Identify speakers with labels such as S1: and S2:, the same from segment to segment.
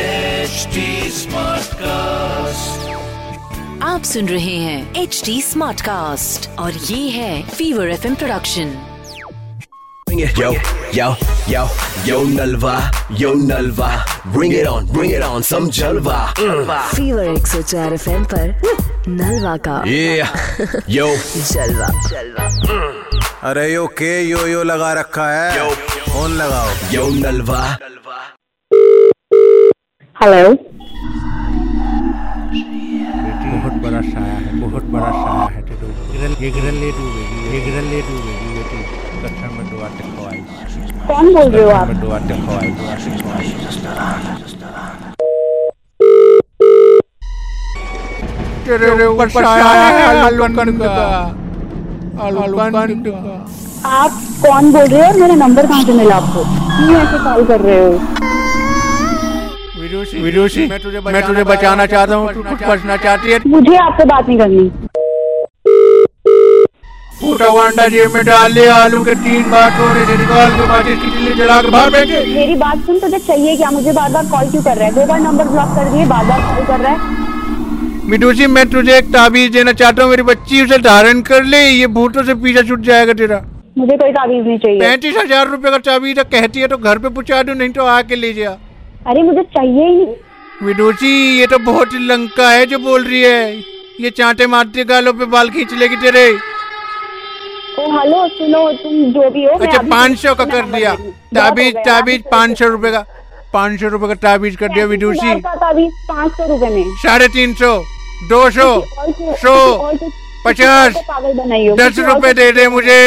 S1: HD Smartcast.
S2: आप सुन रहे हैं एच डी स्मार्ट कास्ट और ये है fever F production
S3: Bring it, yo, yo, yo, yo, Nalva, yo, Nalva. Bring it on, bring it on, some Jalva. Mm.
S2: Fever एक सौ चार एफ एम नलवा का
S3: Yeah, yo,
S2: जलवा जलवा
S4: अरे यो के यो यो लगा रखा है
S3: Yo.
S4: फोन लगाओ
S3: yo, Nalva.
S5: हेलो
S6: बहुत बड़ा साया है बहुत बड़ा साया है टिटू गिरल ये गिरल ले डूबे ये गिरल ले डूबे ये टू कच्चन में डुआ तक हवाई
S5: कौन बोल रहे हो आप
S6: में डुआ तक हवाई तेरे ऊपर साया है आलूकन का आलूकन का
S5: आप कौन बोल रहे हो और मेरा नंबर कहाँ से मिला आपको क्यों ऐसे कॉल कर रहे हो
S6: विदुषी मैं तुझे मैं तुझे बचाना चाहता हूँ तू कुछ बचना चाहती है
S5: मुझे आपसे बात नहीं करनी
S6: फूटा वांडा जेब में डाल ले आलू के तीन बार तोड़े से निकाल के माचिस की तिल्ली जला के बाहर फेंके
S5: मेरी बात सुन तुझे चाहिए क्या मुझे बार बार कॉल क्यों कर रहा है दो बार नंबर ब्लॉक कर दिए बार बार कॉल कर रहा है
S6: मिडोजी मैं तुझे एक ताबीज देना चाहता हूँ मेरी बच्ची उसे धारण कर ले ये भूतों से पीछा छूट जाएगा तेरा
S5: मुझे कोई ताबीज नहीं चाहिए
S6: पैंतीस हजार रूपए का ताबीज है, कहती है तो घर पे पहुँचा दो नहीं तो आके ले जा
S5: अरे मुझे चाहिए ही नहीं
S6: विडोजी ये तो बहुत ही लंका है जो बोल रही है ये चांटे मारती गालों पे बाल खींच लेगी तेरे
S5: ओ हेलो सुनो तुम जो भी हो मैं
S6: अच्छा
S5: अभी-
S6: पाँच सौ का कर
S5: नंबर
S6: दिया
S5: दे दूँ। बहुत हो
S6: ताबीज
S5: गया,
S6: ताबीज
S5: आप
S6: पाँच सौ रूपये का पाँच सौ रूपये का ताबीज कर दिया विदुषी
S5: पैंतीस हजार का ताबीज पाँच सौ रूपए में
S6: साढ़े तीन सौ दो सौ
S5: और तो-
S6: सौ
S5: और तो-
S6: पचास
S5: किसी और को पागल बनाई हो
S6: दस
S5: किसी और
S6: रुपए
S5: को-
S6: दे दे मुझे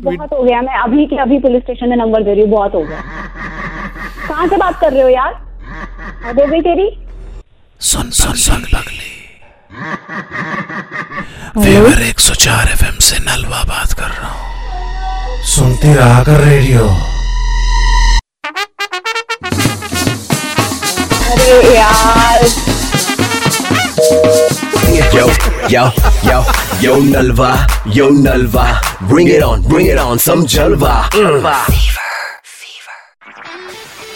S5: बहुत हो गया मैं अभी के अभी पुलिस स्टेशन में नंबर दे रही हूँ बहुत हो गया कहाँ से बात कर रहे हो यार हद हो गई तेरी
S1: सुन सुन सुन पगली फेवर 104 एफएम से नलवा बात कर रहा हूँ सुनते रहा कर रेडियो
S5: अरे यार
S3: Yo, yo, yo, yo, Nalva, yo, Nalva. Bring it on, bring it on, some Jalva. Mm.